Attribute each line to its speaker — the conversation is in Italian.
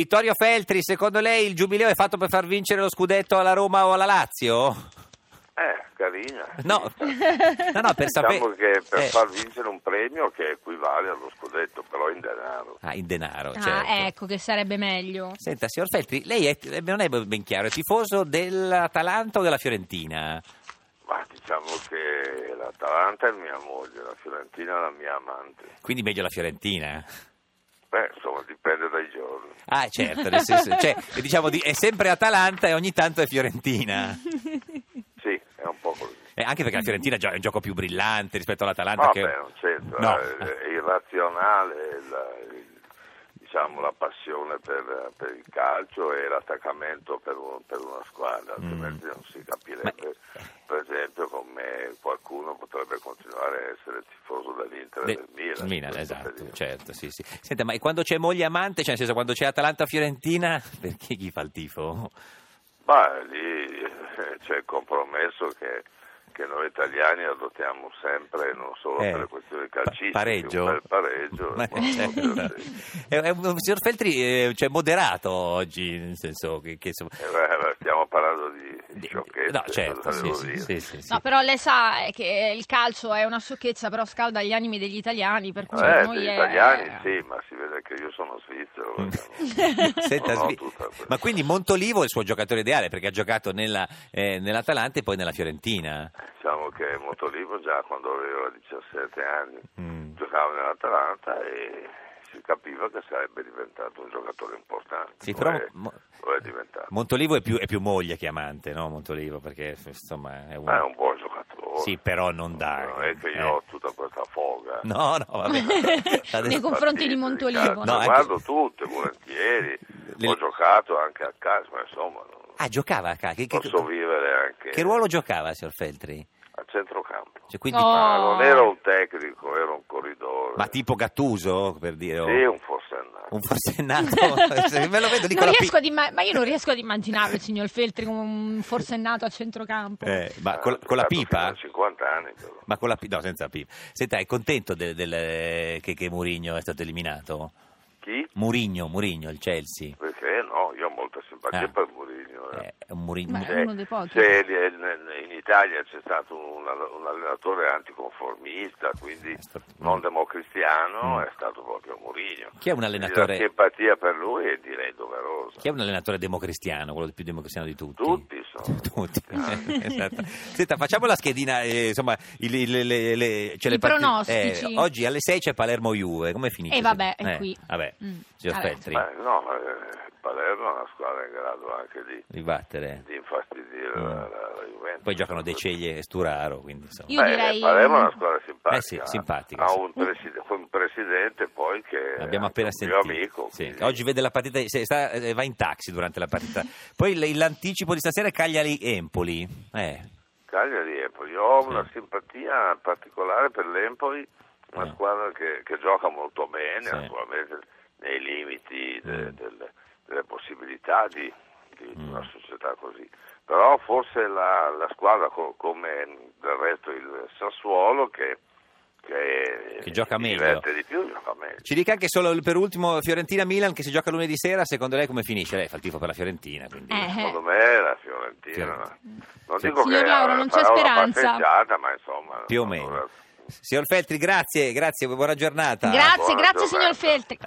Speaker 1: Vittorio Feltri, secondo lei il giubileo è fatto per far vincere lo scudetto alla Roma o alla Lazio?
Speaker 2: Eh, carina.
Speaker 1: No, no, no, per sapere...
Speaker 2: Diciamo che per
Speaker 1: Eh,
Speaker 2: far vincere un premio che equivale allo scudetto, però in denaro.
Speaker 1: Ah, in denaro,
Speaker 3: Ah,
Speaker 1: certo.
Speaker 3: ecco che sarebbe meglio.
Speaker 1: Senta, signor Feltri, lei è- eh, non è ben chiaro, è tifoso dell'Atalanta o della Fiorentina?
Speaker 2: Ma diciamo che l'Atalanta è mia moglie, la Fiorentina è la mia amante.
Speaker 1: Quindi meglio la Fiorentina.
Speaker 2: Beh, insomma, dipende dai giorni.
Speaker 1: Ah, certo, nel senso, cioè, diciamo di- è sempre Atalanta e ogni tanto è Fiorentina.
Speaker 2: Sì, è un po' così.
Speaker 1: Eh, anche perché la Fiorentina gio- è un gioco più brillante rispetto all'Atalanta. che...
Speaker 2: Vabbè, non c'entra, eh,
Speaker 1: No.
Speaker 2: è, è irrazionale la, il- diciamo, la passione per, per il calcio e l'attaccamento per, un- per una squadra,
Speaker 1: Mm.
Speaker 2: altrimenti non si capirebbe, per esempio, come qualcuno potrebbe continuare a essere tifoso dell'Inter e
Speaker 1: De-
Speaker 2: del Milan.
Speaker 1: Milan,
Speaker 2: in questo
Speaker 1: esatto,
Speaker 2: periodo.
Speaker 1: certo, sì, sì. Senta, ma e quando c'è moglie amante, cioè nel senso quando c'è Atalanta-Fiorentina, perché chi fa il tifo?
Speaker 2: Ma lì eh, c'è il compromesso che, che noi italiani adottiamo sempre, non solo
Speaker 1: Eh,
Speaker 2: Oh, per le questioni
Speaker 1: pa-
Speaker 2: calcistiche,
Speaker 1: pareggio?
Speaker 2: per il pareggio.
Speaker 1: Ma-
Speaker 2: ma-
Speaker 1: certo. È- è un- signor Feltri, eh, cioè, moderato oggi, nel senso che... che insomma-
Speaker 2: Eh, beh, beh, stiamo parlando di, di
Speaker 1: di-
Speaker 2: sciocchezze.
Speaker 1: no, certo,
Speaker 2: cosa
Speaker 1: sì,
Speaker 2: devo
Speaker 1: sì,
Speaker 2: dire?
Speaker 1: sì, sì, sì.
Speaker 3: No, però lei sa eh, che il calcio è una sciocchezza, però scalda gli animi degli italiani, per cui per
Speaker 2: Eh,
Speaker 3: Cioè, noi
Speaker 2: degli
Speaker 3: è-
Speaker 2: italiani sì, ma si vede che io sono svizzero. vogliamo-
Speaker 1: Senta,
Speaker 2: non ho
Speaker 1: Svi-
Speaker 2: tutta questa-
Speaker 1: ma quindi Montolivo è il suo giocatore ideale perché ha giocato nella, eh, nell'Atalanta e poi nella Fiorentina.
Speaker 2: Diciamo che Montolivo già quando aveva 17 anni
Speaker 1: Mm.
Speaker 2: giocava nell'Atalanta e si capiva che sarebbe diventato un giocatore importante.
Speaker 1: Sì,
Speaker 2: lo
Speaker 1: però
Speaker 2: è-
Speaker 1: Mo-
Speaker 2: lo è diventato.
Speaker 1: Montolivo è più, è più moglie che amante, no? Montolivo perché insomma è
Speaker 2: Ma Ah, è
Speaker 1: uno...
Speaker 2: un buon giocatore.
Speaker 1: Sì, però non dà.
Speaker 2: Non è che io
Speaker 1: eh.
Speaker 2: ho tutta questa foga.
Speaker 1: No, no, vabbè. Adesso-
Speaker 3: Nei confronti
Speaker 2: partite
Speaker 3: di Montolivo.
Speaker 1: No,
Speaker 2: calcio. Le
Speaker 1: anche-
Speaker 2: Eh, guardo tutte, volentieri.
Speaker 1: Ecco. Le-
Speaker 2: Ho giocato anche a calcio, ma insomma, non-
Speaker 1: Ah, giocava a calcio. Che, che-
Speaker 2: posso vivere anche
Speaker 1: che ruolo giocava, signor Feltri?
Speaker 2: a centrocampo.
Speaker 1: Cioè, quindi-
Speaker 3: No.
Speaker 2: Ma non era un tecnico, era un corridore.
Speaker 1: Ma tipo Gattuso, per dire? o-
Speaker 2: Sì, un forsennato.
Speaker 1: Un forsennato? Oh, Se me lo vedo lì con
Speaker 3: Non
Speaker 1: la
Speaker 3: riesco
Speaker 1: pi-
Speaker 3: ad imma- ma io non riesco ad immaginare il signor Feltri come un forsennato a centrocampo.
Speaker 1: Eh, ma
Speaker 2: Eh,
Speaker 1: con,
Speaker 2: ha
Speaker 1: con la
Speaker 2: giocato fino
Speaker 1: pipa?
Speaker 2: a 50 anni però.
Speaker 1: Ma con la pipa? No, senza pipa. Senta, è contento del, del- eh, che, che Murigno è stato eliminato?
Speaker 2: Chi?
Speaker 1: Murigno, Murigno, il Chelsea.
Speaker 2: Perché no, io ho molta simpatia
Speaker 1: Ah.
Speaker 2: per Mourinho. eh.
Speaker 1: Eh, è un Murigno.
Speaker 3: Ma-
Speaker 2: Se-
Speaker 3: È uno dei pochi.
Speaker 2: se in in Italia c'è stato un, un allenatore anticonformista, quindi
Speaker 1: È stato-
Speaker 2: non democristiano,
Speaker 1: Eh. Mm.
Speaker 2: è stato proprio Mourinho.
Speaker 1: Chi è un allenatore-
Speaker 2: La simpatia per lui è direi doverosa.
Speaker 1: Chi è un allenatore democristiano, quello più democristiano di tutti?
Speaker 2: Tutti sono. Ah,
Speaker 1: Tutti. Esatto. Senta, facciamo la schedina, eh, insomma, il, il- le- le- le- cioè le
Speaker 3: I
Speaker 1: partite-
Speaker 3: pronostici.
Speaker 1: eh, oggi alle 6 c'è Palermo-Juve, come finisce?
Speaker 3: E vabbè, è
Speaker 1: Eh,
Speaker 3: qui.
Speaker 1: Vabbè,
Speaker 3: Mm,
Speaker 1: signor
Speaker 3: vabbè.
Speaker 1: Feltri,
Speaker 2: Ma no, ma eh, Palermo è una squadra in grado anche di,
Speaker 1: ribattere.
Speaker 2: di infastidire
Speaker 1: Mm.
Speaker 2: eh, la, la- la Juventus.
Speaker 1: Poi giocano De Ceglie e Sturaro, quindi insomma.
Speaker 3: Io
Speaker 2: Beh,
Speaker 3: direi-
Speaker 2: Palermo è una squadra simpatica.
Speaker 1: Eh sì, simpatica,
Speaker 2: Ha
Speaker 1: sì.
Speaker 2: un, preside- un presidente poi che Eh, è
Speaker 1: Abbiamo appena
Speaker 2: anche un
Speaker 1: sentito.
Speaker 2: mio amico.
Speaker 1: Sì,
Speaker 2: quindi-
Speaker 1: Oggi vede la partita, se sta- eh, va in taxi durante la partita. Poi l- l'anticipo di stasera è Cagliari-Empoli. Eh,
Speaker 2: Cagliari e Empoli. Io ho una
Speaker 1: Sì.
Speaker 2: simpatia particolare per l'Empoli, una
Speaker 1: Eh.
Speaker 2: squadra che, che gioca molto bene,
Speaker 1: Sì.
Speaker 2: naturalmente nei limiti de-
Speaker 1: Mm.
Speaker 2: del- delle possibilità di, di
Speaker 1: Mm.
Speaker 2: una società così. Però forse la, la squadra, co- come del resto il Sassuolo, che, che,
Speaker 1: Che gioca
Speaker 2: si
Speaker 1: meglio.
Speaker 2: diverte di più, gioca meglio.
Speaker 1: Ci dica anche solo il- per ultimo Fiorentina-Milan che si gioca lunedì sera, secondo lei come finisce? Lei fa il tifo per la Fiorentina, quindi...
Speaker 3: Eh,
Speaker 2: Secondo me la Fiorentina,
Speaker 1: Fiorentina.
Speaker 2: non
Speaker 1: Sì.
Speaker 2: dico
Speaker 3: Signor
Speaker 2: che
Speaker 3: Lauro,
Speaker 2: eh,
Speaker 3: non c'è
Speaker 2: farà una
Speaker 3: speranza.
Speaker 2: passeggiata, ma insomma...
Speaker 1: Più o meno.
Speaker 2: allora-
Speaker 1: Signor Feltri, grazie, grazie, buona giornata.
Speaker 3: Grazie,
Speaker 2: Buona
Speaker 3: grazie signor
Speaker 2: giornata.
Speaker 3: Feltri.